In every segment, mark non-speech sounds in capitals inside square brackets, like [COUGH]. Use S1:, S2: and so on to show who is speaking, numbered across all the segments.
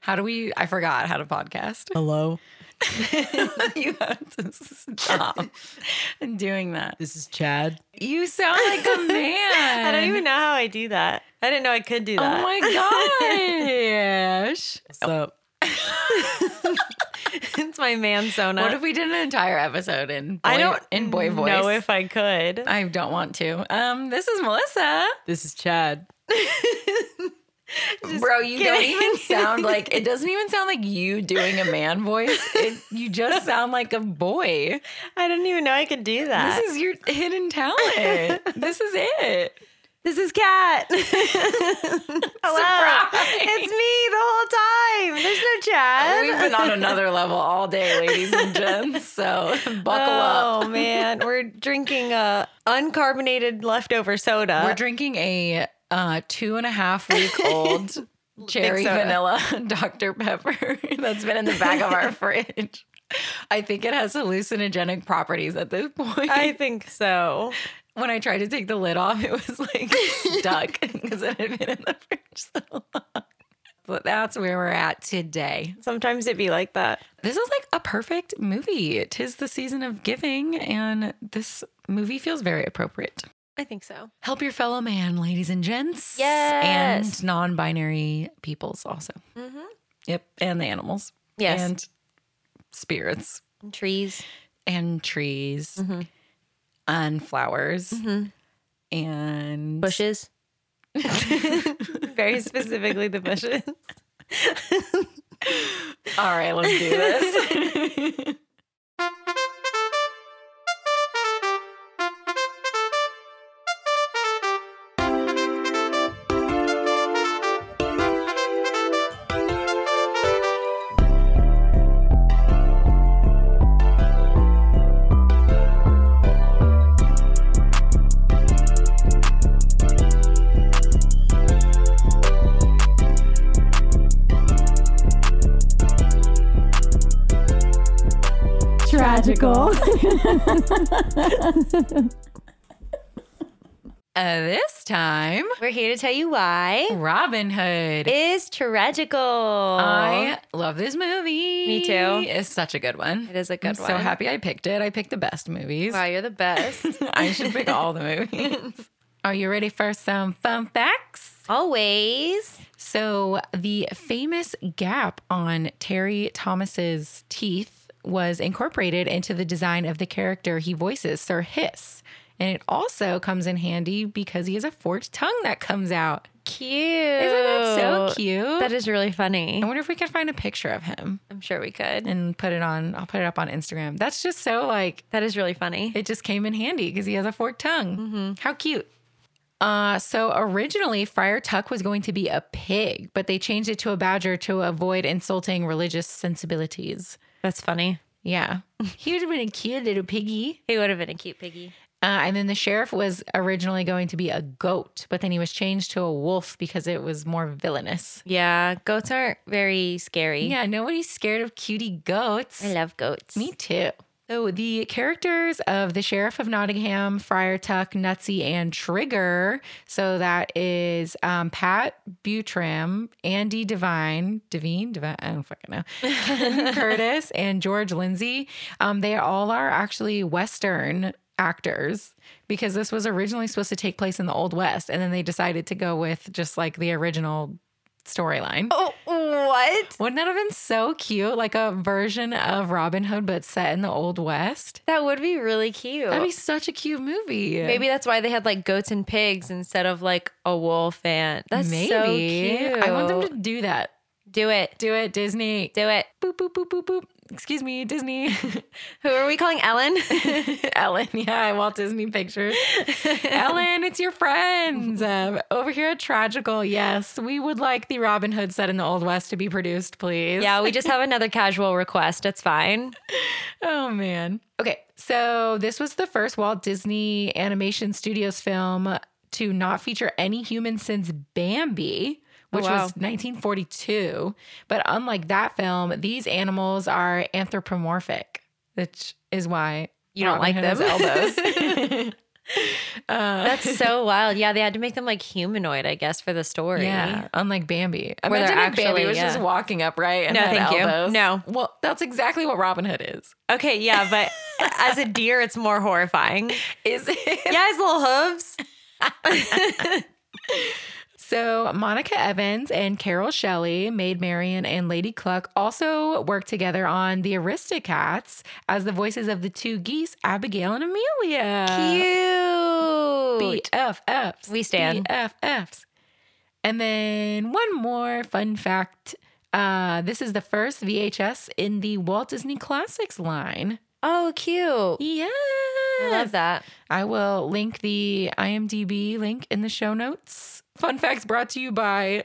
S1: How do we? I forgot how to podcast. [LAUGHS]
S2: Hello,
S1: you have to stop [LAUGHS] doing that.
S2: this is Chad.
S1: You sound like [LAUGHS] a man.
S3: I don't even know how I do that. I didn't know I could do that.
S1: Oh my [LAUGHS] gosh.
S2: What's up?
S3: [LAUGHS] it's my man sona.
S1: what if we did an entire episode in boy,
S3: I don't
S1: in boy voice?
S3: know if I could.
S1: I don't want to. Um, this is Melissa.
S2: This is Chad.
S1: Bro, you
S3: kidding.
S1: don't even [LAUGHS] sound like it doesn't even sound like you doing a man voice. It, you [LAUGHS] just sound like a boy.
S3: I didn't even know I could do that.
S1: This is your hidden [LAUGHS] talent. this is it.
S3: This is Kat. [LAUGHS] Hello.
S1: Surprise.
S3: It's me the whole time. There's no Chad.
S1: We've been on another level all day, ladies and gents. So [LAUGHS] buckle up.
S3: Oh man, we're drinking uh, uncarbonated leftover soda.
S1: We're drinking a uh, two and a half week
S3: [LAUGHS]
S1: old cherry
S3: soda.
S1: vanilla [LAUGHS] Dr. Pepper [LAUGHS] that's been in the back of
S3: [LAUGHS]
S1: our fridge. I think it has hallucinogenic properties at this point.
S3: I think so.
S1: [LAUGHS] when I tried to take the lid off, it was like stuck [LAUGHS] because it had been in the fridge so long. But that's where we're at today.
S3: Sometimes it be like that.
S1: This is like a perfect movie. Tis the season of giving, and this movie feels very appropriate.
S3: I think so.
S1: Help your fellow man, ladies and gents.
S3: Yes.
S1: And non binary peoples also. Yep. And the animals.
S3: Yes.
S1: And spirits
S3: trees.
S1: and trees and flowers and
S3: Bushes. [LAUGHS] Very specifically [LAUGHS] the bushes.
S1: All right, let's do
S3: [LAUGHS]
S1: this.
S4: tragical.
S1: [LAUGHS] uh, this time,
S3: We're here to tell you [LAUGHS] why
S1: Robin Hood.
S3: is tragical.
S1: I love this movie.
S3: Me too.
S1: It's such a good one.
S3: It is a
S1: I'm
S3: good
S1: So
S3: one.
S1: happy I picked it. I picked the best movies.
S3: Wow, you're the [LAUGHS] best.
S1: I should pick all the
S3: [LAUGHS]
S1: movies. Are you ready for some fun facts?
S3: Always.
S1: So the famous gap on Terry Thomas's teeth was incorporated into the design of the character he voices, Sir Hiss. And it also comes in handy because he has a forked tongue that comes out.
S3: Cute.
S1: Isn't that so cute?
S3: Oh, That is really funny.
S1: I wonder if we can find a picture of him
S3: I'm sure we could.
S1: and put it on. I'll put it up on Instagram. That's just so like
S3: That is really funny.
S1: it just came in handy because he has a forked tongue. How cute. Uh, so originally, Friar Tuck was going to be a pig, but they changed it to a badger to avoid insulting religious sensibilities.
S3: That's funny.
S1: Yeah. [LAUGHS] he would have been a cute little piggy.
S3: He would have been a cute piggy.
S1: Uh, and then the sheriff was originally going to be a goat, but then he was changed to a wolf because it was more villainous.
S3: Yeah, goats aren't very scary.
S1: Yeah, nobody's scared of cutie goats.
S3: I love goats.
S1: Me too. So the characters of the Sheriff of Nottingham, Friar Tuck, Nutsy, and Trigger. So that is um, Pat Butram, Andy Devine, Devine, Devine, I don't fucking know, Ken Curtis, and George Lindsay. Um, they all are actually Western actors because this was originally supposed to take place in the Old West, and then they decided to go with just like the original storyline.
S3: Oh, what?
S1: Wouldn't that have been so cute? Like a version of Robin Hood, but set in the Old West.
S3: That would be really cute.
S1: That'd be such a cute movie.
S3: Maybe that's why they had like goats and pigs instead of like a wolf and that's so
S1: Maybe.
S3: cute.
S1: I want them to do that.
S3: do it.
S1: Do it, Disney.
S3: Do it.
S1: Boop, boop, boop, boop, boop. Excuse me, Disney. [LAUGHS]
S3: [LAUGHS] Who are we calling Ellen?
S1: Ellen. [LAUGHS] Yeah, Walt Disney Pictures. Ellen, it's your friends. Um, over here at Tragical. Yes, we would like the Robin Hood set in the Old West to be produced, please.
S3: [LAUGHS] yeah, we just have another casual request. It's fine.
S1: Oh man. Okay, so this was the first Walt Disney Animation Studios film to not feature any human since Bambi, which
S3: Oh, wow.
S1: was 1942. But unlike that film, these animals are anthropomorphic, which is why
S3: You don't
S1: Robin
S3: like
S1: Hood
S3: them.
S1: has
S3: [LAUGHS]
S1: elbows. [LAUGHS] Uh,
S3: That's [LAUGHS] so wild. Yeah, they had to make them like humanoid, I guess, for the story.
S1: Yeah, unlike Bambi.
S3: Where they're
S1: Imagine if Bambi
S3: actually-
S1: was just
S3: yeah.
S1: walking upright and
S3: No,
S1: had
S3: thank you.
S1: elbows.
S3: No.
S1: Well, that's exactly what Robin Hood is.
S3: Okay, yeah, [LAUGHS] but as a deer, it's more horrifying.
S1: Is
S3: [LAUGHS]
S1: it?
S3: Yeah, his little hooves.
S1: So Monica Evans and Carol Shelley, Maid Marian and Lady Cluck, also worked together on The Aristocats as the voices of the two geese, Abigail and Amelia.
S3: Cute.
S1: BFFs.
S3: We stand.
S1: BFFs. And then one more fun fact. Uh, this is the first VHS in the Walt Disney Classics line.
S3: Oh, cute.
S1: Yes.
S3: I love that.
S1: I will link the IMDb link in the show notes. Fun facts brought to you by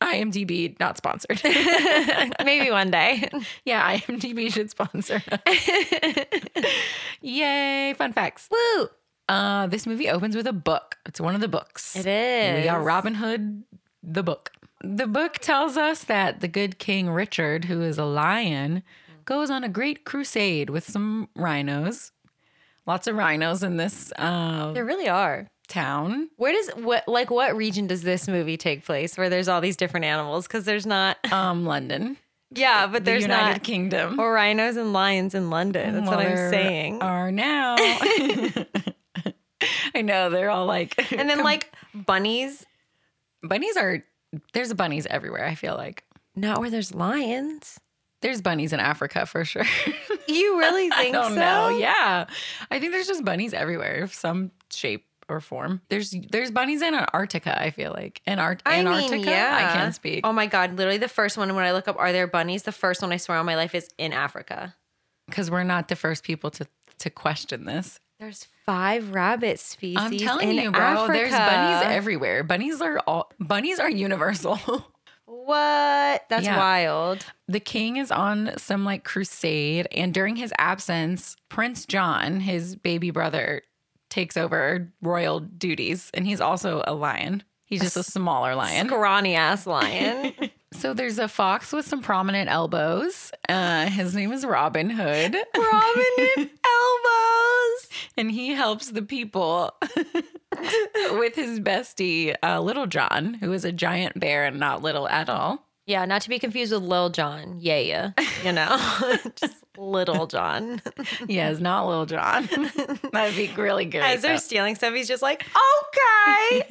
S1: IMDb, not
S3: [LAUGHS]
S1: sponsored.
S3: [LAUGHS]
S1: [LAUGHS]
S3: Maybe one [LAUGHS] day.
S1: yeah, IMDb should
S3: [LAUGHS]
S1: sponsor. us. Yay, fun facts.
S3: Woo!
S1: Uh, this movie opens with a book. It's one of the books.
S3: It is.
S1: We got Robin Hood, the book. The book tells us that the good King Richard, who is a lion, goes on a great crusade with some rhinos. Lots of rhinos in this uh,
S3: There really are.
S1: town.
S3: Where does what like what region does this movie take place where there's all these different animals? Because there's not.
S1: Um, London.
S3: Yeah, [LAUGHS] but there's
S1: the United
S3: not.
S1: Kingdom.
S3: Or rhinos and lions in London. That's
S1: Well,
S3: what I'm
S1: there
S3: saying.
S1: Are now. [LAUGHS] I know they're all like,
S3: [LAUGHS] and then like bunnies,
S1: bunnies are. There's bunnies everywhere. I feel like
S3: not where there's lions.
S1: there's bunnies in Africa for sure. [LAUGHS]
S3: You really think
S1: I don't
S3: so?
S1: know. Yeah, I think there's just bunnies everywhere of some shape or form. There's there's bunnies in Antarctica. I feel like in Ar-
S3: I mean,
S1: Antarctica.
S3: yeah.
S1: I can't speak.
S3: Oh my god! Literally, the first one when I look up, are there bunnies? The first one I swear on my life is in Africa.
S1: because we're not the first people to to question this.
S3: There's five rabbit species.
S1: I'm telling
S3: in
S1: you, bro. There's bunnies
S3: Africa.
S1: everywhere. Bunnies are all bunnies are universal. [LAUGHS]
S3: What? That's
S1: Yeah.
S3: wild.
S1: the king is on some like crusade, and during his absence, Prince John, his baby brother, takes over royal duties, and he's also a lion. He's just a smaller lion. [LAUGHS]
S3: Scrawny ass lion.
S1: So there's a fox with some prominent elbows. Uh, his name is Robin Hood, [LAUGHS]
S3: Prominent elbows.
S1: and he helps the people [LAUGHS] with his bestie, uh, Little John, who is a giant bear and not little at all.
S3: Yeah, not to be confused with Lil John. Yeah, yeah. You know, [LAUGHS] just Little John.
S1: Yeah, it's not Little
S3: [LAUGHS]
S1: John. That'd be really good.
S3: As they're stealing stuff, he's just like, okay,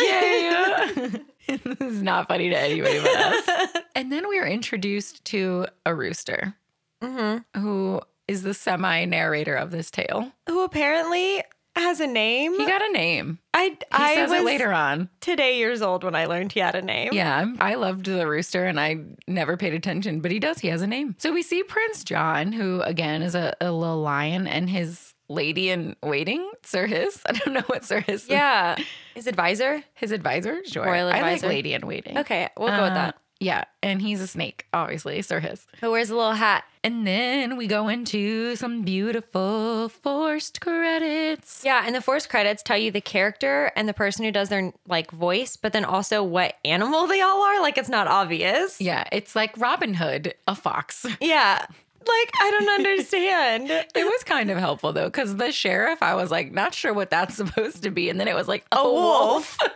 S3: yeah,
S1: yeah. [LAUGHS] this is not funny to anybody but us.
S3: [LAUGHS]
S1: And then we are introduced to a rooster
S3: hmm
S1: who is the semi narrator of this tale.
S3: [LAUGHS] Who apparently has a name.
S1: He got a name.
S3: I
S1: He
S3: I
S1: says
S3: was
S1: it later on.
S3: today years old when I learned he had a name. [LAUGHS]
S1: Yeah, I'm- I loved the rooster and I never paid attention, but he does. He has a name. So we see Prince John, who again is a, a little lion, and his lady in waiting, Sir His. [LAUGHS] I don't know what Sir His is.
S3: Yeah. His advisor.
S1: His advisor? Sure.
S3: Royal
S1: I like
S3: advisor.
S1: lady in waiting.
S3: Okay, we'll go with
S1: Uh,
S3: that.
S1: Yeah. And he's a snake, obviously, Sir His.
S3: Uh, Who wears a little hat?
S1: And then we go into some beautiful forced credits.
S3: Yeah, and the force credits tell you the character and the person who does their like voice, but then also what animal they all are. Like it's not obvious.
S1: Yeah, it's like Robin Hood, a fox. [LAUGHS]
S3: Yeah. Like I don't [LAUGHS] understand.
S1: It was kind of helpful though, because the sheriff, I was like, not sure what that's [LAUGHS] supposed to be. And then it was like, a wolf. [LAUGHS]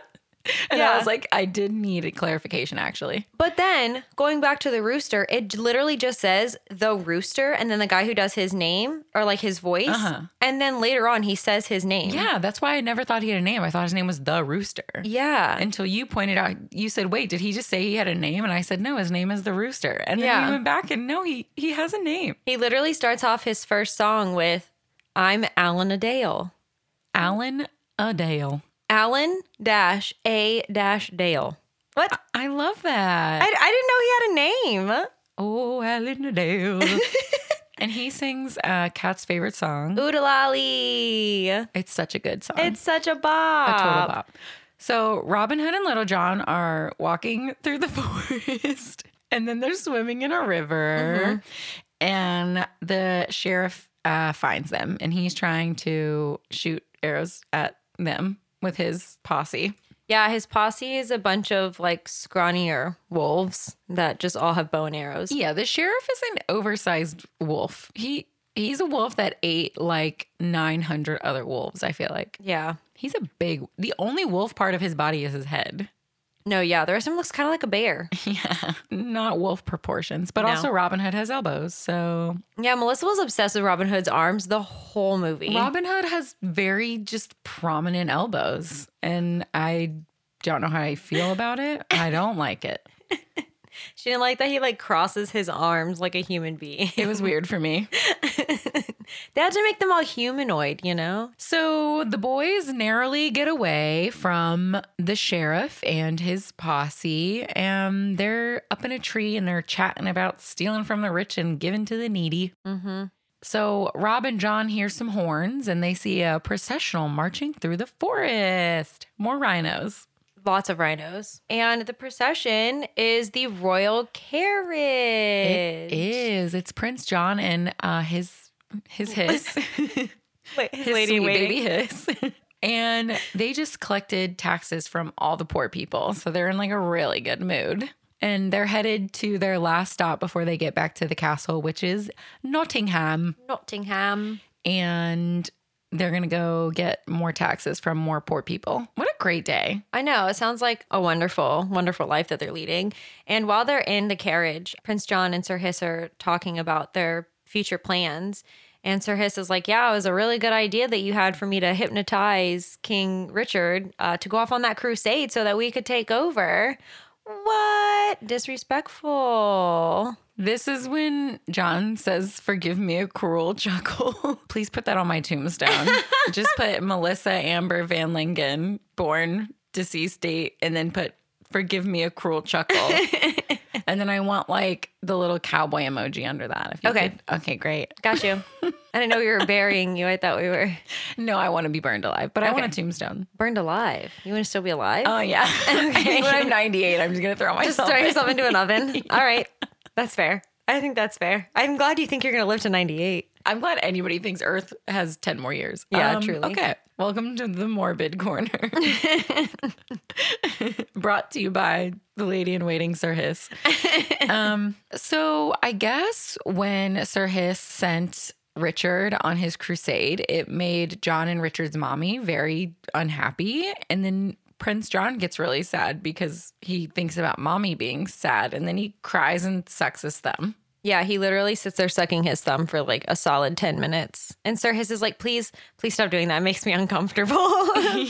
S1: and I
S3: Yeah.
S1: was like, I did need a clarification actually.
S3: But then going back to the rooster, it literally just says the rooster and then the guy who does his name or like his voice.
S1: Uh-huh.
S3: And then later on he says his name.
S1: Yeah, that's why I never thought he had a name. I thought his name was The Rooster.
S3: Yeah.
S1: Until you pointed out, you said, wait, did he just say he had a name? And I said, no, his name is The Rooster. And then
S3: Yeah.
S1: we went back and no, he, he has a name.
S3: He literally starts off his first song with I'm Alan Dale.
S1: Alan Adale.
S3: Alan dash A dash Dale. What?
S1: I love that.
S3: I, I didn't know he had a name.
S1: oh, Alan Adele.
S3: [LAUGHS]
S1: and he sings uh, Cat's favorite song.
S3: Oodalali.
S1: It's such a good song.
S3: It's such a
S1: a
S3: bop.
S1: total bop. Uh, So Robin Hood and Little John are walking through the [LAUGHS] forest and then they're swimming in a river. Mm-hmm. And the sheriff uh, finds them and he's trying to shoot arrows at them with his posse.
S3: Yeah, his posse is a bunch of like scrawnier wolves that just all have bow and arrows.
S1: Yeah, the sheriff is an oversized wolf. He he's a wolf that ate like 900 other wolves, I feel like.
S3: Yeah.
S1: He's a big the only wolf part of his body is his head.
S3: No, yeah. The rest of him looks kind of like
S1: [LAUGHS]
S3: a bear.
S1: Yeah. Not wolf proportions, but
S3: No.
S1: also Robin Hood has elbows. So
S3: Yeah, Melissa was obsessed with Robin Hood's arms the whole movie.
S1: Robin Hood has very just prominent elbows. And I don't know how I feel about it. I don't like it.
S3: she didn't like that he like crosses his arms like a human being.
S1: It was weird for me.
S3: [LAUGHS] they had to make them all humanoid, you know?
S1: So the boys narrowly get away from the sheriff and his posse, and they're up in a tree and they're chatting about stealing from the rich and giving to the needy.
S3: Mm-hmm.
S1: So Rob and John hear some horns and they see a processional marching through the forest. More rhinos.
S3: Lots of rhinos. And the procession is the royal
S1: It
S3: carriage.
S1: is. It's Prince John and uh, his his hiss.
S3: Wait, his
S1: his
S3: lady
S1: sweet
S3: waiting.
S1: baby hiss. [LAUGHS] and they just collected taxes from all the poor people. So they're in like a really good mood. And they're headed to their last stop before they get back to the castle, which is Nottingham.
S3: Nottingham.
S1: And they're going to go get more taxes from more poor people. What a great day.
S3: I know. It sounds like a wonderful, wonderful life that they're leading. And while they're in the carriage, Prince John and Sir Hiss are talking about their future plans. And Sir Hiss is like, Yeah, it was a really good idea that you had for me to hypnotize King Richard uh, to go off on that crusade so that we could take over. What? Disrespectful.
S1: This is when John says, Forgive me a cruel chuckle. [LAUGHS] Please put that on my [LAUGHS] tombstone. Just put Melissa Amber Van Lingen, born, deceased date, and then put, Forgive me a cruel chuckle. [LAUGHS] and then I want like the little cowboy emoji under that. If you
S3: Okay.
S1: could. Okay, great.
S3: Got you. I didn't know we were burying you. I thought we were
S1: No, I want to be burned alive, but I want a
S3: Okay.
S1: tombstone.
S3: burned alive. You want to still be alive?
S1: Oh, [LAUGHS] yeah. I think when I'm 98, I'm just going to throw myself.
S3: Just [LAUGHS] throw
S1: in.
S3: yourself into an oven. All right. That's fair. I think that's fair. I'm glad you think you're going to live to 98.
S1: I'm glad anybody thinks Earth has 10 more years. Um,
S3: Yeah, truly.
S1: Okay. Welcome to the morbid
S3: [LAUGHS]
S1: corner. Brought to you by the lady in waiting, Sir Hiss. um, so I guess when Sir Hiss sent Richard on his crusade, it made John and Richard's mommy very unhappy. And then Prince John gets really sad because he thinks about mommy being sad and then he cries and sucks his thumb.
S3: Yeah, he literally sits there sucking his thumb for like a solid 10 minutes. And Sir Hiss is like, please, please stop doing that. It makes me uncomfortable. [LAUGHS]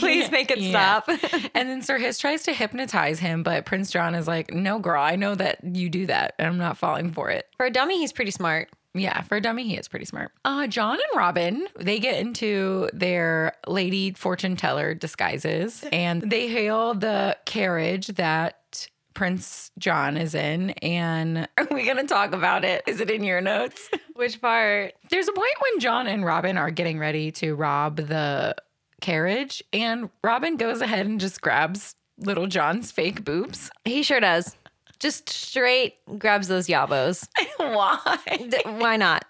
S3: please make it
S1: Yeah.
S3: stop. [LAUGHS]
S1: And then Sir Hiss tries to hypnotize him, but Prince John is like, No, girl, I know that you do that, and I'm not falling for it.
S3: For a dummy, he's pretty smart.
S1: Yeah, for a dummy, he is pretty smart. Uh, John and Robin, they get into their lady fortune teller disguises and they hail the carriage that Prince John is in. And [LAUGHS] are we going to talk about it? Is it in your notes?
S3: Which part?
S1: There's a point when John and Robin are getting ready to rob the carriage, and Robin goes ahead and just grabs little John's fake boobs. [LAUGHS]
S3: He sure does. Just straight grabs those yabos.
S1: Why?
S3: D- Why not?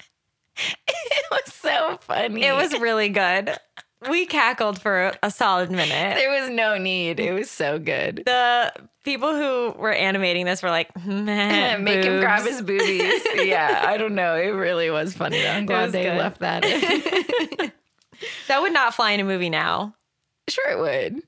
S1: It was so funny.
S3: It was really good. We cackled for a solid minute.
S1: There was no need. It was so good.
S3: the people who were animating this were like, [LAUGHS]
S1: [LAUGHS] Make him
S3: man, boobs."
S1: grab his boobies. [LAUGHS] yeah, I don't know. It really was funny. Though. I'm glad
S3: was
S1: they
S3: good.
S1: left that. [LAUGHS] in.
S3: That would not fly in a movie now.
S1: sure, it would. Um,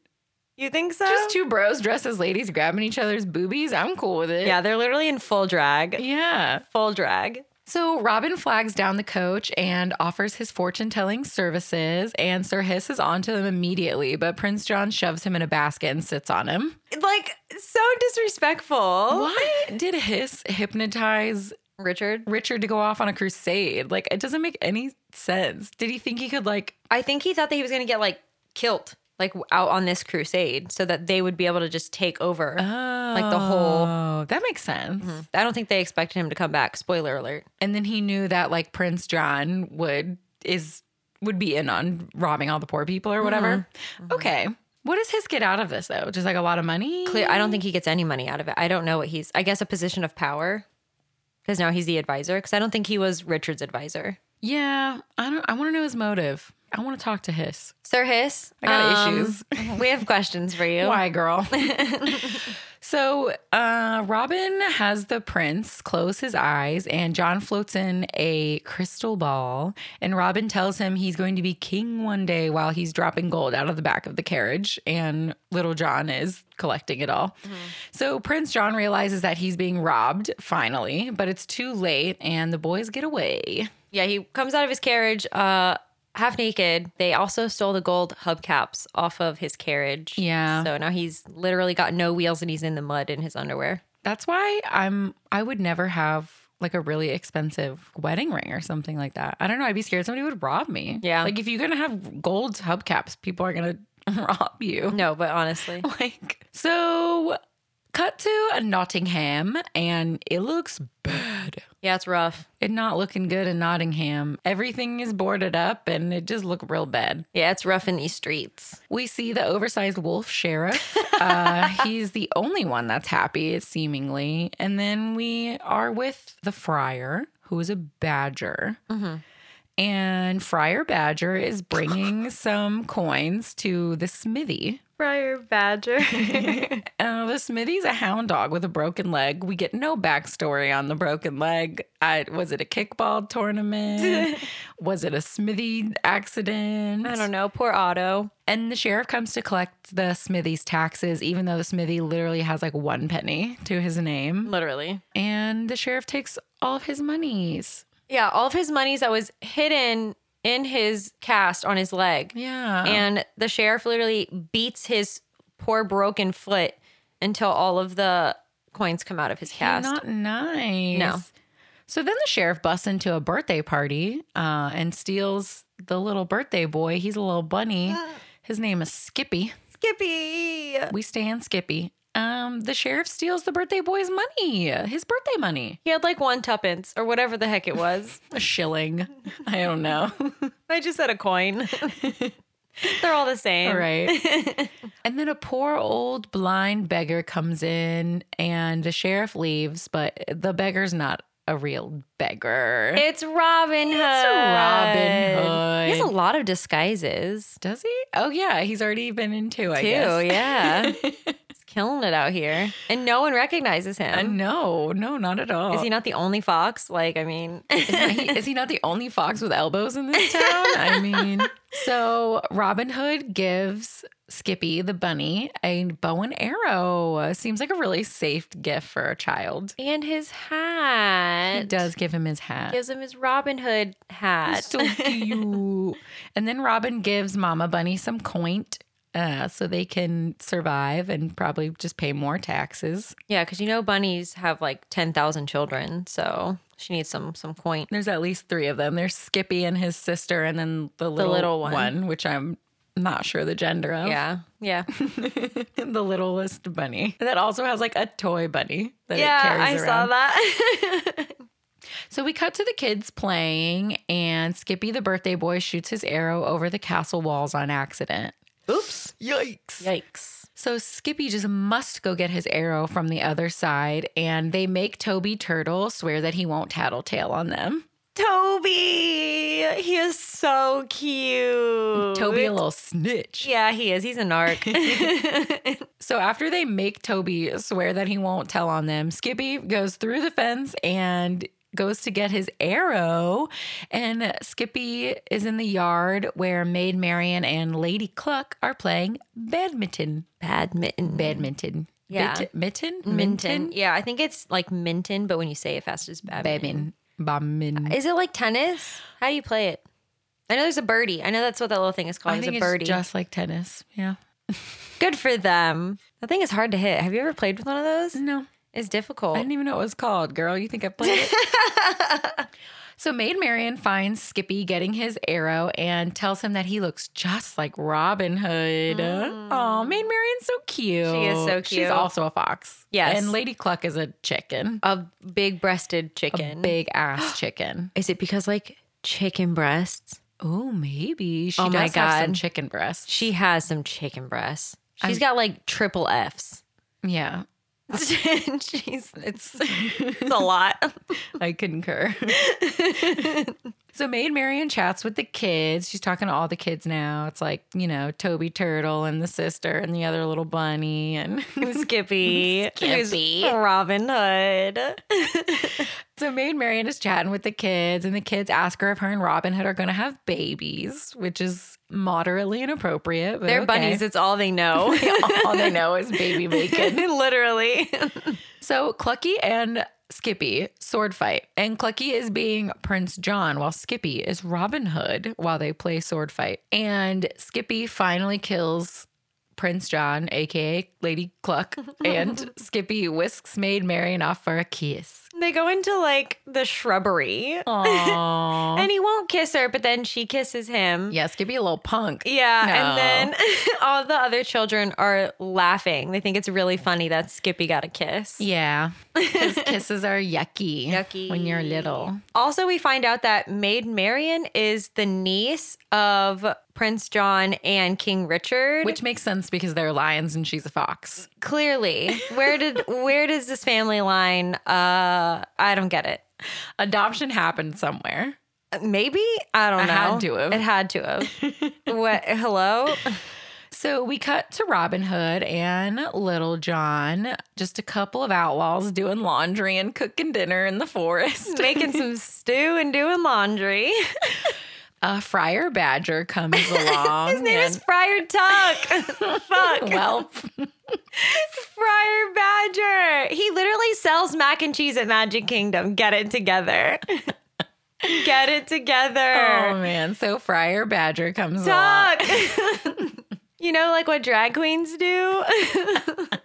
S3: You think so?
S1: Just two bros dressed as ladies grabbing each other's boobies. I'm cool with it.
S3: yeah, they're literally in full drag.
S1: Yeah.
S3: Full drag.
S1: So Robin flags down the coach and offers his fortune telling services, and Sir Hiss is onto them immediately, but Prince John shoves him in a basket and sits on him.
S3: Like, so disrespectful.
S1: Why did Hiss hypnotize
S3: Richard?
S1: Richard to go off on a crusade? Like, it doesn't make any sense. Did he think he could, like,
S3: I think he thought that he was going to get like killed, like out on this crusade so that they would be able to just take over.
S1: Uh-huh. like
S3: the whole-
S1: oh,
S3: Mm-hmm.
S1: That makes sense.
S3: I don't think they expected him to come back. Spoiler alert.
S1: And then he knew that, like, Prince John would, is, would be in on robbing all the poor people or whatever.
S3: Mm-hmm.
S1: Okay. What does Hiss get out of this, though? Just like a lot of money?
S3: Clear, I don't think he gets any money out of it. I don't know what he's, I guess, a position of power because now he's the advisor because I don't think he was Richard's advisor.
S1: Yeah, I don't. I want to know his motive. I want to talk to Hiss.
S3: Sir Hiss, Um,
S1: I got issues.
S3: [LAUGHS] We have questions for you.
S1: Why, girl? [LAUGHS] So uh, Robin has the prince close his eyes, and John floats in a crystal ball. And Robin tells him he's going to be king one day while he's dropping gold out of the back of the carriage. And little John is collecting it all. So Prince John realizes that he's being robbed finally, but it's too late, and the boys get away.
S3: Yeah, he comes out of his carriage uh half naked. They also stole the gold hubcaps off of his carriage.
S1: Yeah.
S3: So now he's literally got no wheels and he's in the mud in his underwear.
S1: That's why I'm I would never have like a really expensive wedding ring or something like that. I don't know. I'd be scared somebody would rob me.
S3: Yeah.
S1: Like if you're gonna have gold hubcaps, people are gonna [LAUGHS] rob
S3: [LAUGHS]
S1: you.
S3: No, but honestly.
S1: Like so cut to Nottingham and it looks bad.
S3: Yeah, it's rough.
S1: It not looking good in Nottingham. Everything is boarded up and it just look real bad.
S3: Yeah, it's rough in these streets.
S1: We see the oversized wolf sheriff.
S3: [LAUGHS]
S1: Uh, he's the only one that's happy, seemingly. And then we are with the friar, who is a badger. And Friar Badger is
S3: [LAUGHS]
S1: bringing some coins to the smithy.
S2: Friar
S3: [LAUGHS]
S2: Badger.
S1: Uh, the smithy's a hound dog with a broken leg. We get no backstory on the broken leg. I, was it a kickball
S3: [LAUGHS]
S1: tournament? was it a smithy accident?
S3: I don't know. Poor Otto.
S1: And the sheriff comes to collect the smithy's taxes, even though the smithy literally has like one penny to his name.
S3: Literally.
S1: And the sheriff takes all of his monies.
S3: Yeah, all of his monies that was hidden in his cast on his leg.
S1: Yeah.
S3: And the sheriff literally beats his poor broken foot until all of the coins come out of his cast.
S1: not nice.
S3: No.
S1: So then the sheriff busts into a birthday party uh, and steals the little birthday boy. He's a little [GASPS] bunny. His name is Skippy.
S2: Skippy.
S1: We stand Skippy. Um, the sheriff steals the birthday boy's money, his birthday money.
S3: He had like one tuppence or whatever the heck it
S1: [LAUGHS]
S3: was.
S1: A shilling. I don't know.
S3: I just said
S1: [LAUGHS]
S3: a coin. They're all the same.
S1: All right.
S3: [LAUGHS]
S1: and then a poor old blind beggar comes in and the sheriff leaves, but the beggar's not a real beggar.
S3: It's Robin Hood.
S1: Robin
S3: He has a
S1: Hood.
S3: lot of disguises
S1: Does he? Oh yeah, he's already been in two, I
S3: too.
S1: guess. [LAUGHS]
S3: Yeah. He's killing it out here. And no one recognizes
S1: Uh,
S3: him.
S1: no, no, not at all.
S3: Is he not the only fox? Like,
S1: [LAUGHS]
S3: I mean,
S1: Is he, is he not the only fox with elbows in this town? I
S3: [LAUGHS]
S1: mean, so Robin Hood gives Skippy the bunny a bow and arrow. Seems like a really safe gift for a child.
S3: and his hat.
S1: He does give him his hat.
S3: Gives him his Robin Hood hat. [LAUGHS]
S1: So cute. and then Robin gives Mama Bunny some coint uh, so they can survive and probably just pay more taxes.
S3: yeah, because you know bunnies have like ten thousand children, so she needs some some coin.
S1: There's at least three of them. There's Skippy and his sister, and then the little,
S3: little one.
S1: which I'm not sure the gender of.
S3: Yeah,
S1: [LAUGHS]
S3: yeah,
S1: the littlest bunny that also has like a toy bunny that it
S3: yeah. I
S1: carries around.
S3: saw that. [LAUGHS]
S1: So we cut to the kids playing, and Skippy the birthday boy shoots his arrow over the castle walls on accident.
S3: Oops!
S1: Yikes.
S3: Yikes!
S1: So Skippy just must go get his arrow from the other side, and they make Toby Turtle swear that he won't tattletale on them.
S3: Toby, he is so cute.
S1: Toby, a little snitch.
S3: Yeah, he is. He's
S1: [LAUGHS]
S3: a narc.
S1: So after they make Toby swear that he won't tell on them, Skippy goes through the fence and goes to get his arrow. And Skippy is in the yard where Maid Marian and Lady Cluck are playing badminton.
S3: [LAUGHS] Badminton.
S1: Badminton.
S3: Yeah.
S1: Bit- Mitten?
S3: Minton. Yeah, I think it's like Minton, but when you say it fast, it's badminton.
S1: Badminton. Badminton.
S3: Is it like tennis? How do you play it? I know there's a birdie. I know that's what that little thing is called.
S1: I
S3: It's
S1: think
S3: a
S1: it's
S3: birdie.
S1: just like tennis. Yeah.
S3: Good for them. That thing is hard to hit. Have you ever played with one of those?
S1: No.
S3: It's
S1: I
S3: difficult.
S1: didn't even know it was called, girl. You think I played it? [LAUGHS] so Maid Marian finds Skippy getting his arrow and tells him that he looks just like Robin Hood. Oh, Maid Marian's so cute.
S3: She is so
S1: She's
S3: cute.
S1: also a fox.
S3: Yes.
S1: And Lady Cluck is a chicken.
S3: a big breasted
S1: A
S3: chicken.
S1: big ass chicken.
S3: is it because like chicken breasts?
S1: [GASPS] Oh, maybe. She
S3: Oh,
S1: does
S3: my
S1: have some
S3: God.
S1: chicken breasts.
S3: She has some chicken breasts. She's
S1: I'm-
S3: got like
S1: [LAUGHS]
S3: triple F's.
S1: yeah.
S3: She's
S1: It's
S3: [LAUGHS] it's a lot.
S1: [LAUGHS] I concur. So Maid Marian chats with the kids. She's talking to all the kids now. It's like, you know, Toby Turtle and the sister and the other little bunny [LAUGHS] and
S3: Skippy. who's
S1: Skippy.
S3: Robin Hood.
S1: [LAUGHS] So Maid Marian is chatting with the kids, and the kids ask her if her and Robin Hood are going to have babies, which is moderately inappropriate. But
S3: They're
S1: okay.
S3: bunnies.
S1: [LAUGHS]
S3: It's all they know.
S1: All they know is baby bacon.
S3: [LAUGHS] Literally.
S1: So Clucky and Skippy sword fight, and Clucky is being Prince John, while Skippy is Robin Hood while they play sword fight. And Skippy finally kills Prince John, aka Lady Cluck, and Skippy whisks Maid Marian off for a kiss.
S3: They go into like the shrubbery.
S1: [LAUGHS] Aww.
S3: And he won't kiss her, but then she kisses him.
S1: yeah, Skippy a little punk.
S3: Yeah,
S1: No.
S3: and then [LAUGHS] all the other children are laughing. They think it's really funny that Skippy got a kiss.
S1: Yeah. 'cause kisses are yucky. When you're little.
S3: Also, we find out that Maid Marian is the niece of Prince John and King Richard.
S1: Which makes sense because they're lions and she's a fox.
S3: clearly, where did
S1: [LAUGHS]
S3: where does this family line? Uh, I don't get it.
S1: Adoption happened somewhere.
S3: Maybe I don't
S1: It
S3: know.
S1: had to have.
S3: It had to have.
S1: [LAUGHS]
S3: what? Hello.
S1: So we cut to Robin Hood and Little John, just a couple of outlaws doing laundry and cooking dinner in the
S3: [LAUGHS]
S1: forest.
S3: Making some stew and doing laundry.
S1: Oh, A friar badger comes along.
S3: [LAUGHS] His name is Friar
S1: [LAUGHS]
S3: Tuck. Fuck.
S1: and- well,
S3: Friar Badger. He literally sells mac and cheese at Magic Kingdom. Get it [LAUGHS] together. Get it
S1: oh
S3: together.
S1: man. So Friar Badger comes along.
S3: Tuck. [LAUGHS] you know, like what drag queens do? [LAUGHS]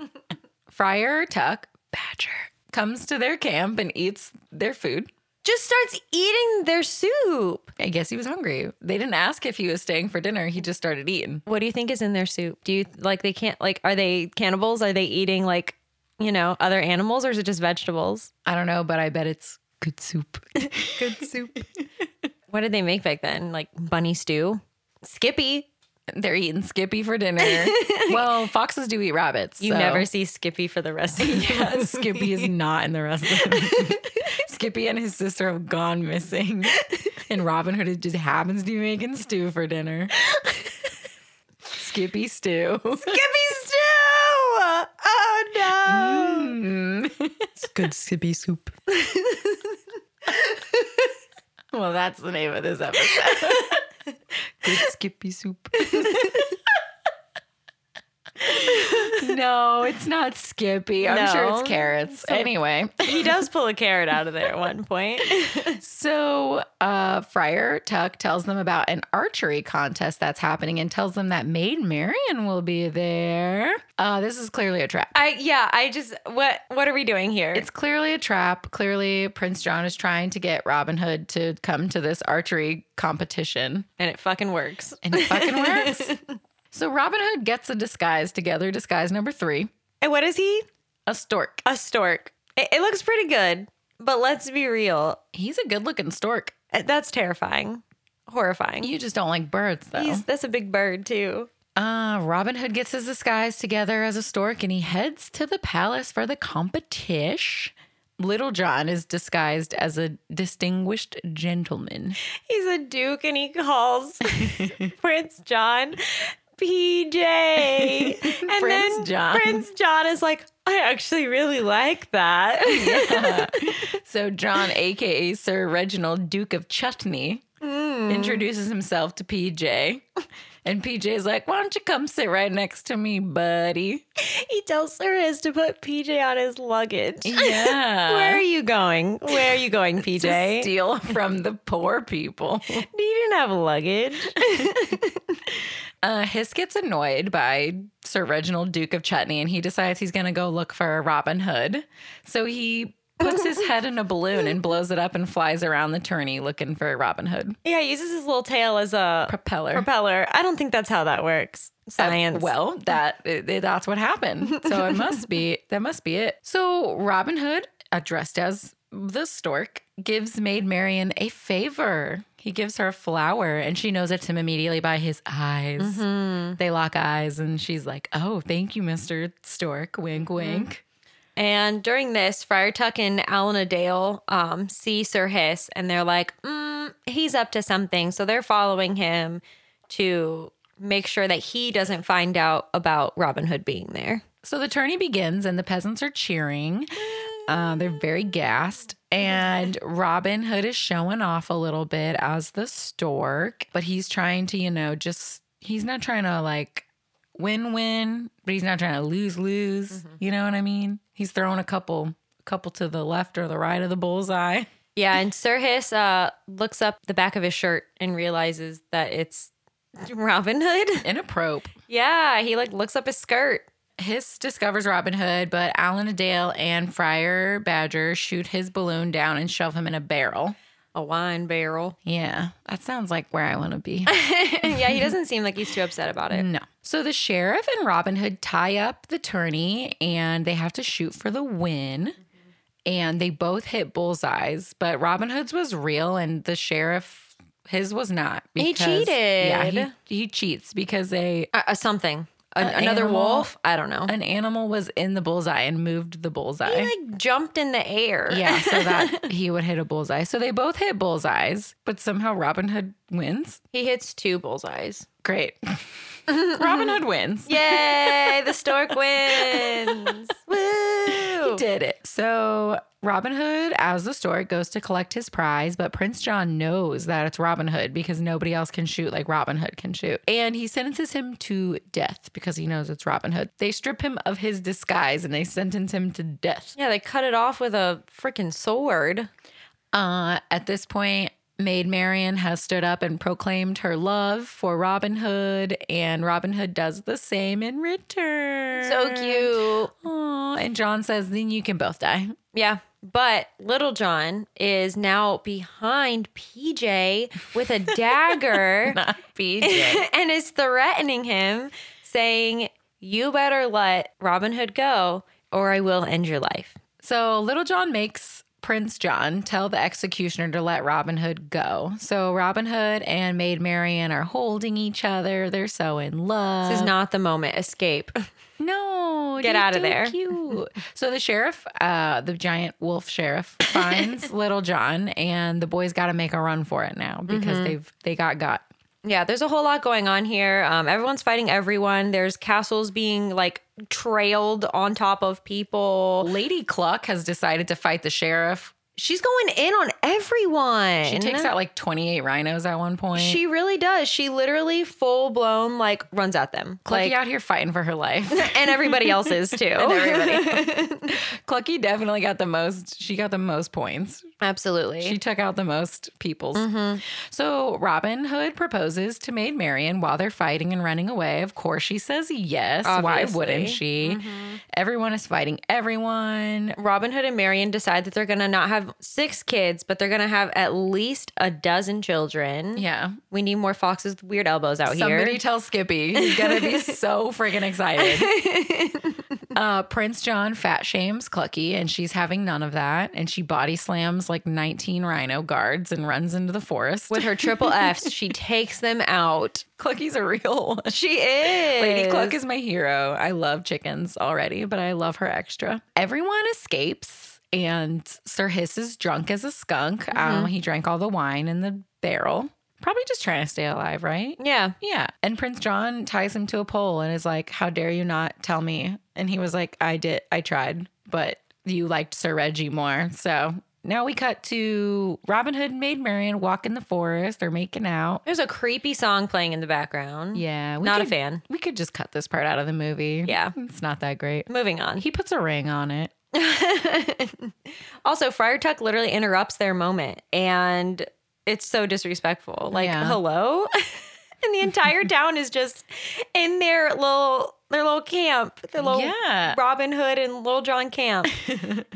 S1: Friar Tuck Badger comes to their camp and eats their food.
S3: Just starts eating their soup.
S1: I guess he was hungry. They didn't ask if he was staying for dinner. He just started eating.
S3: What do you think is in their soup? Do you like they can't like are they cannibals? Are they eating like, you know, other animals or is it just vegetables?
S1: I don't know, but I bet it's good soup.
S3: [LAUGHS] Good soup. what did they make back then? Like bunny stew? Skippy.
S1: They're eating Skippy for [LAUGHS] dinner. well, foxes do eat rabbits.
S3: You
S1: so- [LAUGHS]
S3: never see Skippy for the [LAUGHS] rest of the
S1: Yeah, Skippy is not in the rest of the [LAUGHS] movie. Skippy and his sister have gone [LAUGHS] missing. And Robin Hood is- just happens to be making stew for dinner. Skippy stew.
S3: Skippy
S1: [LAUGHS]
S3: stew. Oh no.
S1: Mm.
S3: It's good Skippy soup.
S1: Well, that's the name of this episode. Good Skippy soup. [LAUGHS] no, it's not Skippy. I'm sure
S3: No.
S1: it's carrots. Anyway.
S3: He does pull a carrot out of there at one [LAUGHS] point.
S1: So, uh, Friar Tuck tells them about an archery contest that's happening and tells them that Maid Marian will be there. Uh, this is clearly a trap.
S3: I yeah, I just what what are we doing here?
S1: It's clearly a trap. Clearly, Prince John is trying to get Robin Hood to come to this archery competition,
S3: and it fucking works.
S1: and it
S3: [LAUGHS]
S1: fucking works. So, Robin Hood gets a disguise together, disguise number three,
S3: And what is he?
S1: a stork.
S3: A stork. It, it looks pretty good, but let's be real.
S1: He's a good looking stork.
S3: Uh, That's terrifying. Horrifying.
S1: You just don't like birds, though.
S3: He's that's a big bird too.
S1: Uh, Robin Hood gets his disguise together as a stork and he heads to the palace for the competition. Little John is disguised as a distinguished gentleman. [LAUGHS]
S3: He's a duke and he calls [LAUGHS] Prince John PJ. [LAUGHS] And
S1: Prince
S3: then
S1: John.
S3: Prince John is like, I actually really like [LAUGHS] that.
S1: so, John, aka Sir Reginald, Duke of Chutney, Hmm. introduces himself to PJ. And PJ's like, Why don't you come sit right next to me, buddy?
S3: he tells Suresh to put PJ on his
S1: [LAUGHS]
S3: luggage.
S1: Yeah.
S3: Where are you going? Where are you [LAUGHS] going,
S1: to
S3: PJ?
S1: steal from the poor people.
S3: he didn't have luggage.
S1: Uh, Hiss gets annoyed by Sir Reginald, Duke of Chutney, and he decides he's going to go look for Robin Hood. So he puts his head in a balloon and blows it up and flies around the tourney looking for Robin Hood.
S3: [LAUGHS] yeah, he uses his little tail as a
S1: Propeller.
S3: propeller. I don't think that's how that works.
S1: Uh,
S3: Science.
S1: well, that i- that's what happened. So it must be that must be it. So Robin Hood, uh, dressed as the stork, gives Maid Marian a favor. He gives her a flower, and she knows it's him immediately by his eyes.
S3: Mhm.
S1: They lock eyes, and she's like, "Oh, thank you, Mister Stork." Wink, wink.
S3: And during this, Friar Tuck and Alana Dale um, see Sir Hiss and they're like, mm, he's up to something. So they're following him to make sure that he doesn't find out about Robin Hood being there.
S1: So the tourney begins, and the peasants are cheering. Uh, they're very gassed. And Robin Hood is showing off a little bit as the stork, but he's trying to, you know, just, he's not trying to like win win, but he's not trying to lose lose. You know what I mean? He's throwing a couple, a couple to the left or the right of the bullseye.
S3: Yeah, and Sir Hiss uh, looks up the back of his shirt and realizes that it's [LAUGHS] Robin Hood.
S1: Inappropriate.
S3: yeah, he like looks up his skirt.
S1: Hiss discovers Robin Hood, but Alan a Dale and Friar Badger shoot his balloon down and shove him in a barrel.
S3: A wine barrel.
S1: Yeah, that sounds like where I want to be.
S3: [LAUGHS] yeah, he doesn't seem like he's too upset about it.
S1: no. So the sheriff and Robin Hood tie up the tourney and they have to shoot for the win. And they both hit bullseyes, but Robin Hood's was real and the sheriff, his was not.
S3: He
S1: Yeah,
S3: cheated.
S1: he, he cheats because they.
S3: Uh, uh, something. An-
S1: An
S3: another
S1: animal?
S3: wolf? I don't know.
S1: An animal was in the bullseye and moved the bullseye.
S3: He like [LAUGHS] jumped in the air.
S1: Yeah,
S3: [LAUGHS]
S1: so that he would hit a bullseye. So they both hit bullseyes, but somehow Robin Hood wins.
S3: he hits two bullseyes.
S1: Great. [LAUGHS] Robin Hood wins.
S3: Yay! The [LAUGHS] stork wins. Woo!
S1: He did it. So Robin Hood, as the stork, goes to collect his prize, but Prince John knows that it's Robin Hood because nobody else can shoot like Robin Hood can shoot. And he sentences him to death because he knows it's Robin Hood. They strip him of his disguise and they sentence him to death.
S3: Yeah, they cut it off with a freaking sword.
S1: Uh, at this point, Maid Marian has stood up and proclaimed her love for Robin Hood, and Robin Hood does the same in return.
S3: So cute.
S1: Aw, and John says, Then you can both die.
S3: Yeah. But Little John is now behind PJ with a dagger
S1: [LAUGHS] Not BJ.
S3: [LAUGHS] and is threatening him, saying, You better let Robin Hood go or I will end your life.
S1: so Little John makes Prince John tell the executioner to let Robin Hood go. So Robin Hood and Maid Marian are holding each other. They're so in love.
S3: This is not the
S1: [LAUGHS]
S3: moment. Escape.
S1: No,
S3: Get
S1: they're
S3: outta
S1: so
S3: there. [LAUGHS]
S1: Cute. so the sheriff, uh, the giant wolf sheriff, finds Little John, and the boys got to make a run for it now because
S3: Mm-hmm.
S1: they've they got got.
S3: Yeah, there's a whole lot going on here. Um, everyone's fighting everyone. There's castles being like trailed on top of people.
S1: Lady Cluck has decided to fight the sheriff.
S3: She's going in on everyone.
S1: She takes out like twenty eight rhinos at one point.
S3: She really does. She literally full blown like runs at them.
S1: Clucky
S3: Like
S1: out here fighting for her
S3: [LAUGHS]
S1: life.
S3: and everybody
S1: [LAUGHS]
S3: else is too.
S1: Clucky definitely got the most. She got the most points.
S3: [LAUGHS] Absolutely.
S1: She took out the most people's.
S3: Mm-hmm.
S1: So Robin Hood proposes to Maid Marian while they're fighting and running away. Of course, she says yes. Why
S3: Obviously. Mm-hmm.
S1: wouldn't she? Everyone is fighting everyone.
S3: Robin Hood and Marion decide that they're going to not have six kids, but they're going to have at least a dozen children.
S1: Yeah.
S3: We need more foxes with weird elbows out
S1: Somebody [LAUGHS]
S3: here.
S1: tell Skippy. He's going to
S3: [LAUGHS]
S1: be so freaking excited. uh, Prince John fat shames Clucky, and she's having none of that. And she body slams like 19 rhino guards and runs into the forest.
S3: With her triple Fs, she takes them out.
S1: [LAUGHS] Clucky's a real one.
S3: She is.
S1: Lady Cluck is my hero. I love chickens already, but I love her extra. Everyone escapes, and Sir Hiss is drunk as a skunk. Um, he drank all the wine in the barrel. Probably just trying to stay alive, right?
S3: Yeah.
S1: Yeah. And Prince John ties him to a pole and is like, How dare you not tell me? And he was like, I did, I tried, but you liked Sir Reggie more. So now we cut to Robin Hood and Maid Marian walk in the forest. They're making out.
S3: There's a creepy song playing in the background.
S1: Yeah. we
S3: Not a
S1: could-
S3: fan.
S1: we could just cut this part out of the movie.
S3: Yeah.
S1: It's not that great.
S3: Moving on.
S1: He puts a ring on it.
S3: [LAUGHS] also, Friar Tuck literally interrupts their moment, and it's so disrespectful. Like,
S1: Yeah.
S3: hello, [LAUGHS] and the [LAUGHS] entire town is just in their little their little camp, their little
S1: Yeah.
S3: Robin Hood and Little John [LAUGHS] camp,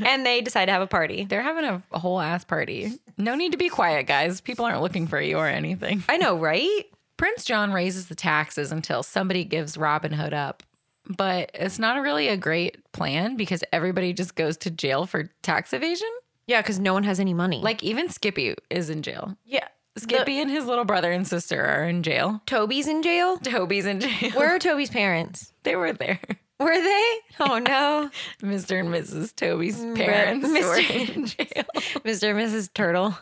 S3: and they decide to have a party.
S1: They're having a, a whole ass party. No need to be quiet, guys. People aren't looking for you or anything.
S3: I know, right?
S1: Prince John raises the taxes until somebody gives Robin Hood up. But it's not really a great plan because everybody just goes to jail for tax evasion.
S3: Yeah, because no one has any money. Like,
S1: Like even Skippy is in jail.
S3: yeah,
S1: Skippy and his little brother and sister are in jail.
S3: Toby's in jail.
S1: Toby's in jail.
S3: Where are Toby's parents?
S1: [LAUGHS] they were there.
S3: Were [LAUGHS] they? Oh no,
S1: Mr. and Mrs. Toby's parents
S3: Mr.
S1: were in jail.
S3: Mr. and Mrs. Turtle.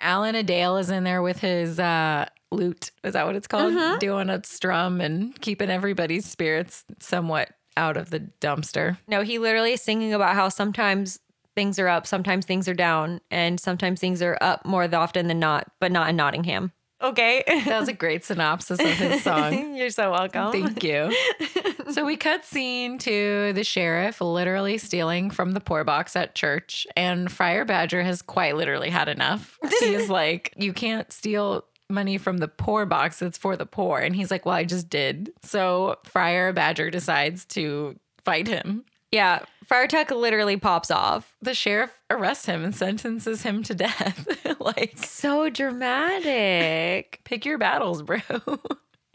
S1: Alan Adale is in there with his uh, lute. Is that what it's called?
S3: Mhm.
S1: Doing a strum and keeping everybody's spirits somewhat out of the dumpster.
S3: No, he literally is singing about how sometimes things are up, sometimes things are down, and sometimes things are up more often than not, but not in Nottingham. Okay. [LAUGHS]
S1: That was a great synopsis of his song.
S3: You're so welcome.
S1: [LAUGHS] Thank you. so we cut scene to the sheriff literally stealing from the poor box at church, and Friar Badger has quite literally had [LAUGHS] enough. He's like, You can't steal money from the poor box, it's for the poor. And he's like, Well, I just did. So Friar Badger decides to fight him.
S3: yeah. Friar Tuck literally pops off.
S1: The sheriff arrests him and sentences him to death. [LAUGHS] like,
S3: So dramatic.
S1: pick your battles, bro.
S3: [LAUGHS]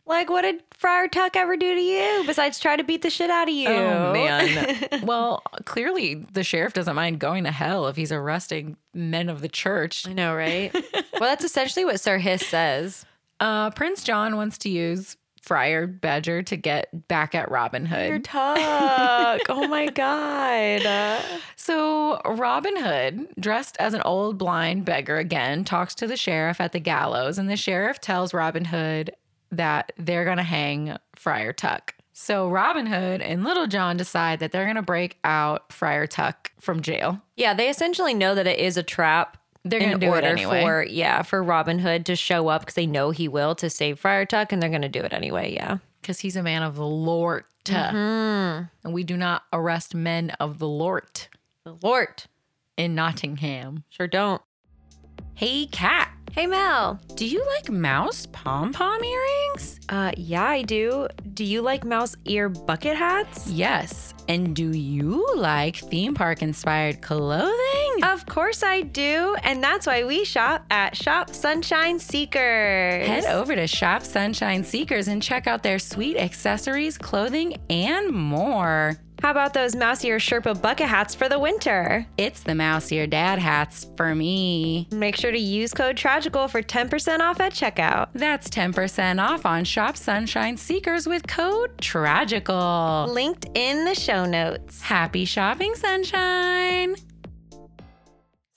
S3: like, what did Friar Tuck ever do to you besides try to beat the shit out of you?
S1: Oh, man. well, clearly the sheriff doesn't mind going to hell if he's arresting men of the church.
S3: I know, right? [LAUGHS] well, that's essentially what Sir Hiss says.
S1: Uh, Prince John wants to use Friar Badger to get back at Robin Hood.
S3: Tuck. oh my God.
S1: So Robin Hood, dressed as an old blind beggar again, talks to the sheriff at the gallows, and the sheriff tells Robin Hood that they're going to hang Friar Tuck. So Robin Hood and Little John decide that they're going to break out Friar Tuck from jail.
S3: [LAUGHS] yeah, they essentially know that it is a trap
S1: They're going to
S3: in
S1: do
S3: order
S1: it anyway.
S3: for yeah for Robin Hood to show up because they know he will to save Friar Tuck and they're gonna do it anyway. Yeah,
S1: because he's a man of the Lord. And we do not arrest men of the Lord
S3: the Hmm. Lord
S1: in Nottingham.
S3: sure don't.
S1: Hey, cat,
S3: Hey Mel,
S1: do you like mouse pom pom earrings?
S3: uh, yeah I do. Do you like mouse ear bucket hats?
S1: Yes. And do you like theme park inspired clothing?
S3: Of course I do, and that's why we shop at Shop Sunshine Seekers.
S1: Head over to Shop Sunshine Seekers and check out their sweet accessories, clothing, and more.
S3: How about those mouse ear Sherpa bucket hats for the winter?
S1: It's the mouse ear dad hats for me.
S3: Make sure to use code Tragical for 10% off at checkout.
S1: That's 10% off on Shop Sunshine Seekers with code TRAGICAL.
S3: Linked in the show notes.
S1: Happy shopping, sunshine.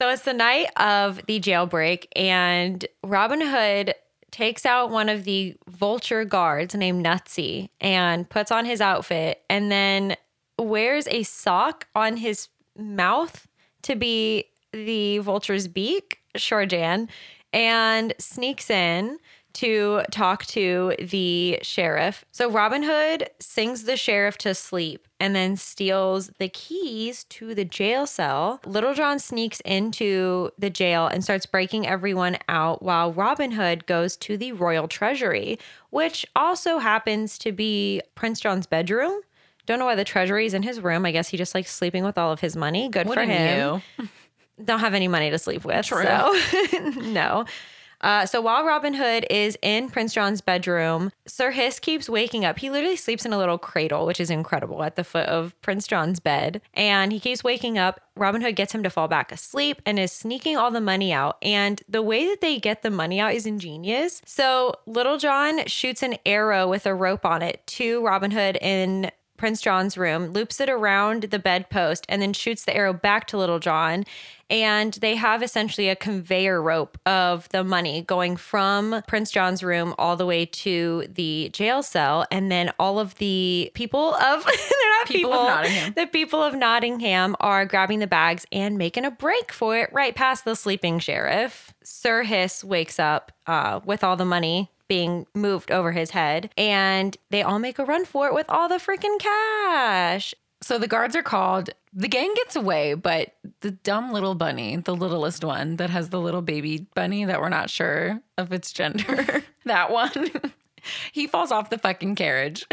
S3: So it's the night of the jailbreak, and Robin Hood takes out one of the vulture guards named Nutsy and puts on his outfit and then wears a sock on his mouth to be the vulture's beak, sure, Jan, and sneaks in to talk to the sheriff. So Robin Hood sings the sheriff to sleep and then steals the keys to the jail cell. Little John sneaks into the jail and starts breaking everyone out while Robin Hood goes to the royal treasury, which also happens to be Prince John's bedroom. Don't know why the treasury's in his room. I guess he just likes sleeping with all of his money. Good for him don't have any money to sleep with.
S1: True.
S3: So [LAUGHS] no. Uh, so while Robin Hood is in Prince John's bedroom, Sir Hiss keeps waking up. He literally sleeps in a little cradle, which is incredible, at the foot of Prince John's bed. And he keeps waking up. Robin Hood gets him to fall back asleep and is sneaking all the money out. And the way that they get the money out is ingenious. So Little John shoots an arrow with a rope on it to Robin Hood in Prince John's room, loops it around the bedpost, and then shoots the arrow back to Little John. And they have essentially a conveyor rope of the money going from Prince John's room all the way to the jail cell. And then all of the people of, [LAUGHS] they're not people,
S1: People of Nottingham.
S3: the people of Nottingham are grabbing the bags and making a break for it right past the sleeping sheriff. Sir Hiss wakes up uh, with all the money being moved over his head, and they all make a run for it with all the freaking cash.
S1: So the guards are called. The gang gets away, but the dumb little bunny, the littlest one that has the little baby bunny that we're not sure of its gender, [LAUGHS] that one, he falls off the fucking carriage.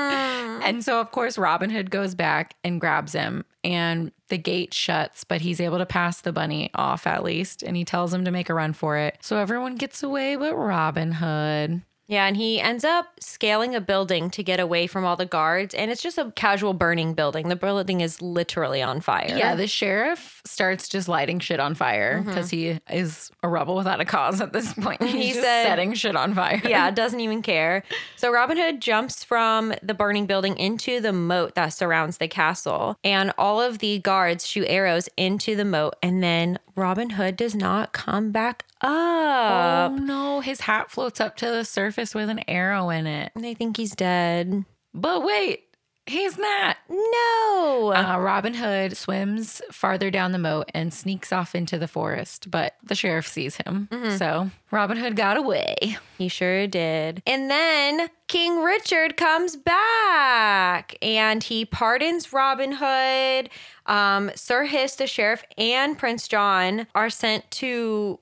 S1: and so, of course, Robin Hood goes back and grabs him, and the gate shuts, but he's able to pass the bunny off at least, and he tells him to make a run for it. So everyone gets away but Robin Hood.
S3: Yeah, and he ends up scaling a building to get away from all the guards, and it's just a casual burning building. The building is literally on fire.
S1: Yeah, the sheriff starts just lighting shit on fire because he is a rebel without a cause at this point. He's
S3: Mm-hmm. He
S1: just
S3: said-
S1: setting shit on fire.
S3: yeah, doesn't even care. So Robin Hood jumps from the burning building into the moat that surrounds the castle, and all of the guards shoot arrows into the moat, and then Robin Hood does not come back up.
S1: Oh no, his hat floats up to the surface with an arrow in it.
S3: They think he's dead.
S1: But wait, he's not.
S3: No.
S1: Uh, Robin Hood swims farther down the moat and sneaks off into the forest, but the sheriff sees him.
S3: Mm-hmm.
S1: So Robin Hood got away.
S3: He sure did. And then King Richard comes back and he pardons Robin Hood. Um, Sir Hiss, the sheriff, and Prince John are sent to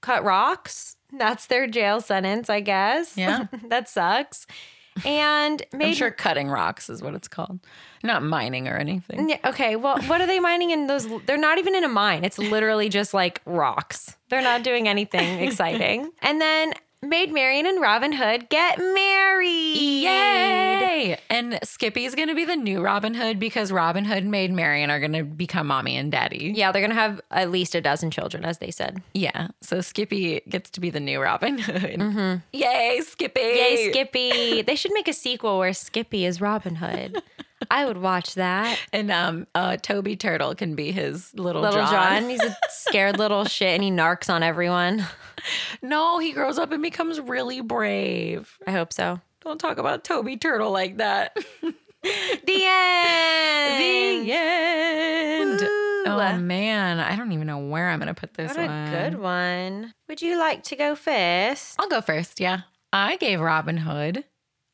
S3: cut
S1: [LAUGHS]
S3: rocks. That's their jail sentence, I guess.
S1: Yeah.
S3: [LAUGHS] that sucks. And
S1: I'm
S3: maybe.
S1: sure cutting rocks is what it's called, not mining or anything.
S3: Yeah, Okay, well, what are they mining in those? They're not even in a mine. It's literally just like rocks. They're not
S1: [LAUGHS]
S3: doing anything exciting. And then Maid Marian and Robin Hood get married.
S1: Yay! And Skippy's gonna be the new Robin Hood because Robin Hood and Maid Marian are gonna become mommy and daddy.
S3: Yeah, they're gonna have at least a dozen children, as they said.
S1: Yeah. So Skippy gets to be the new Robin Hood. Yay, Skippy.
S3: Mm-hmm. Yay, Skippy! they should make a sequel where Skippy is
S1: [LAUGHS]
S3: Robin Hood. I would watch that.
S1: And um uh Toby Turtle can be his little,
S3: Little
S1: John.
S3: John. he's a scared little shit, and he narcs on everyone.
S1: No, he grows up and becomes really brave.
S3: I hope so.
S1: Don't talk about Toby Turtle like that. [LAUGHS]
S3: The end.
S1: the end.
S3: Woo.
S1: Oh man, I don't even know where I'm gonna put this
S3: What a
S1: one.
S3: good one. Would you like to go first?
S1: I'll go first. Yeah. I gave Robin Hood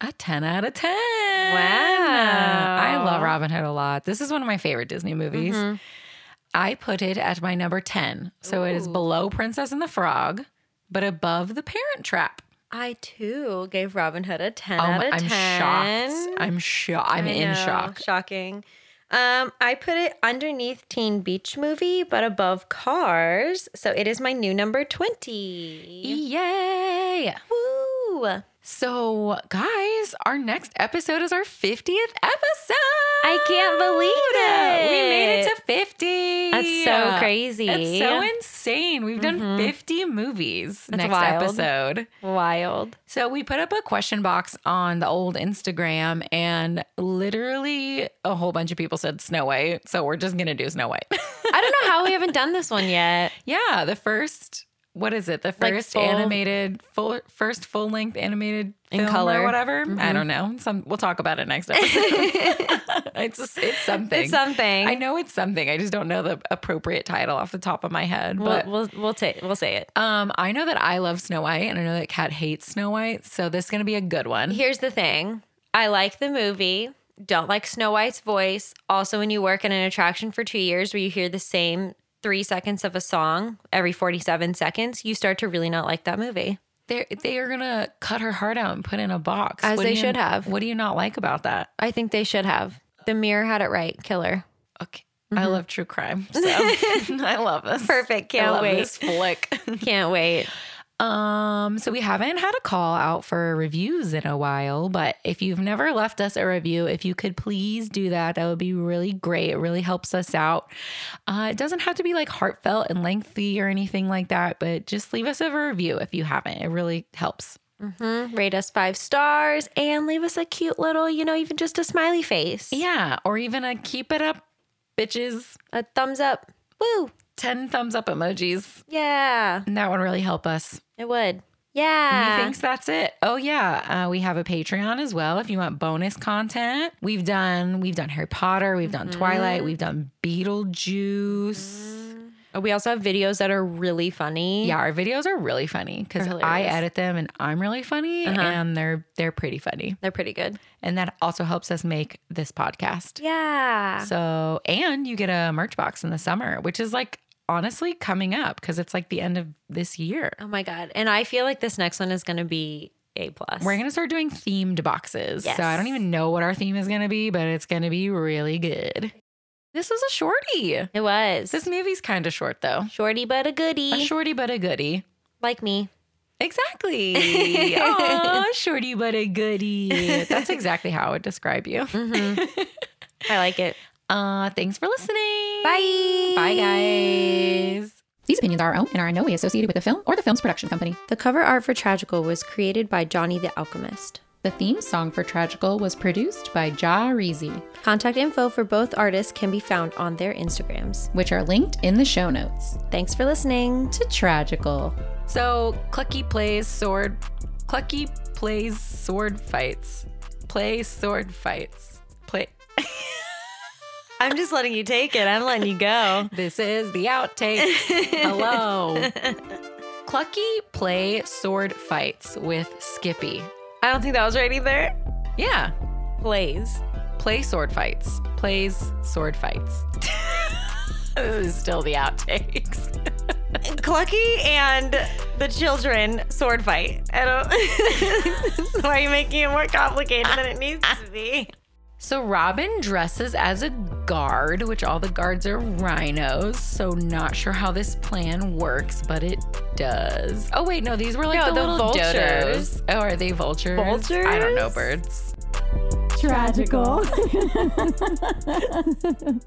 S1: a 10 out of 10. Wow. I love Robin Hood a lot. This is one of my favorite Disney movies.
S3: Mhm.
S1: I put it at my number 10. So it is
S3: Ooh.
S1: below Princess and the Frog, but above The Parent Trap.
S3: I too gave Robin Hood a 10
S1: Oh,
S3: out of
S1: I'm
S3: 10.
S1: shocked. I'm shocked. I'm
S3: I
S1: in
S3: know,
S1: shock.
S3: Shocking. Um, I put it underneath Teen Beach Movie, but above Cars. So it is my new number 20.
S1: Yay.
S3: Woo!
S1: So, guys, our next episode is our 50th episode.
S3: I can't believe it.
S1: We made it to 50.
S3: That's so crazy.
S1: That's so insane. We've done
S3: Mhm.
S1: 50 movies
S3: That's
S1: next
S3: wild.
S1: episode.
S3: wild.
S1: So we put up a question box on the old Instagram and literally a whole bunch of people said Snow White. So we're just going to do Snow White. [LAUGHS]
S3: I don't know how we haven't done this one yet.
S1: yeah, the first what is it? The
S3: Like
S1: first
S3: full-
S1: animated full first full-length animated
S3: In
S1: film
S3: color.
S1: or whatever. I
S3: Mhm.
S1: don't know. Some we'll talk about it
S3: [LAUGHS]
S1: next episode.
S3: it's
S1: it's just, it's something.
S3: something.
S1: I know it's something. I just don't know the appropriate title off the top of my head,
S3: We'll,
S1: [LAUGHS] but
S3: we'll, we'll, ta- we'll say it.
S1: Um, I know that I love Snow White, and I know that Kat hates Snow White, so this is gonna be a good one.
S3: Here's the thing I like the movie, don't like Snow White's voice. Also, when you work in an attraction for two years where you hear the same three seconds of a song every 47 seconds, you start to really not like that movie.
S1: They're, they are gonna cut her heart out and put in a box,
S3: As
S1: What
S3: they
S1: do you-
S3: should have.
S1: What do you not like about that?
S3: I think they should have. The mirror had it right. Killer.
S1: Okay, I love true
S3: [LAUGHS]
S1: crime, so [LAUGHS] I love this.
S3: Mm-hmm. Perfect.
S1: I
S3: Can't
S1: love
S3: wait.
S1: this flick.
S3: [LAUGHS] Can't wait.
S1: Um, so we haven't had a call out for reviews in a while, but if you've never left us a review, if you could please do that, that would be really great. It really helps us out. Uh, it doesn't have to be like heartfelt and lengthy or anything like that, but just leave us a review if you haven't. It really helps.
S3: hmm Rate us five stars and leave us a cute little, you know, even just a smiley face.
S1: Yeah, or even a keep it up, bitches.
S3: A thumbs up. Woo.
S1: 10 thumbs up emojis.
S3: Yeah.
S1: And that would really help us.
S3: It would. Yeah.
S1: Methinks that's it. Oh yeah, uh, we have a Patreon as well. If you want bonus content, we've done we've done Harry Potter, we've done Twilight,
S3: Mm-hmm.
S1: we've done Beetlejuice.
S3: We also have videos that are really funny.
S1: Yeah, our videos are really funny because
S3: They're
S1: I
S3: hilarious.
S1: edit them and I'm really funny,
S3: Uh-huh.
S1: and they're they're pretty funny,
S3: They're pretty good.
S1: and that also helps us make this podcast.
S3: Yeah.
S1: So, and you get a merch box in the summer, which is like honestly coming up because it's like the end of this year.
S3: Oh my god! And I feel like this next one is going to be a plus.
S1: We're gonna start doing themed boxes. So I don't
S3: Yes.
S1: even know what our theme is gonna be, but it's gonna be really good. This was a shorty.
S3: it was
S1: This movie's kind of short though.
S3: shorty but a goodie,
S1: A shorty but a goodie.
S3: like me.
S1: Exactly.
S3: [LAUGHS]
S1: Aw, shorty but a goodie. That's exactly how I would describe you.
S3: Mm. I like it.
S1: Uh, thanks for listening.
S3: [LAUGHS] Bye.
S1: Bye guys.
S4: These opinions are our own and are in no way associated with the film or the film's production company.
S3: The cover art for Tragical was created by Johnny the Alchemist.
S4: The theme song for Tragical was produced by Ja Reezy,
S3: Contact info for both artists can be found on their Instagrams.
S4: which are linked in the show notes.
S3: Thanks for listening.
S4: To Tragical.
S1: So Clucky plays sword. Clucky plays sword fights. Play sword fights. Play.
S3: I'm just letting you take it. I'm letting you [LAUGHS] go.
S1: This is the outtake. Hello. Clucky play sword fights with Skippy.
S3: I don't think that was right either.
S1: Yeah.
S3: Plays.
S1: Play sword fights. Plays sword fights. [LAUGHS] this is still the outtakes. [LAUGHS]
S3: Clucky and the children sword fight. I [LAUGHS] don't. Why are you making it more complicated than it needs to be?
S1: So Robin dresses as a guard, which all the guards are rhinos. So not sure how this plan works, but it does. Oh wait, no, these were like
S3: No,
S1: the,
S3: the
S1: little
S3: vultures.
S1: dodos. Oh, are they vultures? I don't know
S3: Vultures?
S1: birds.
S5: Tragical.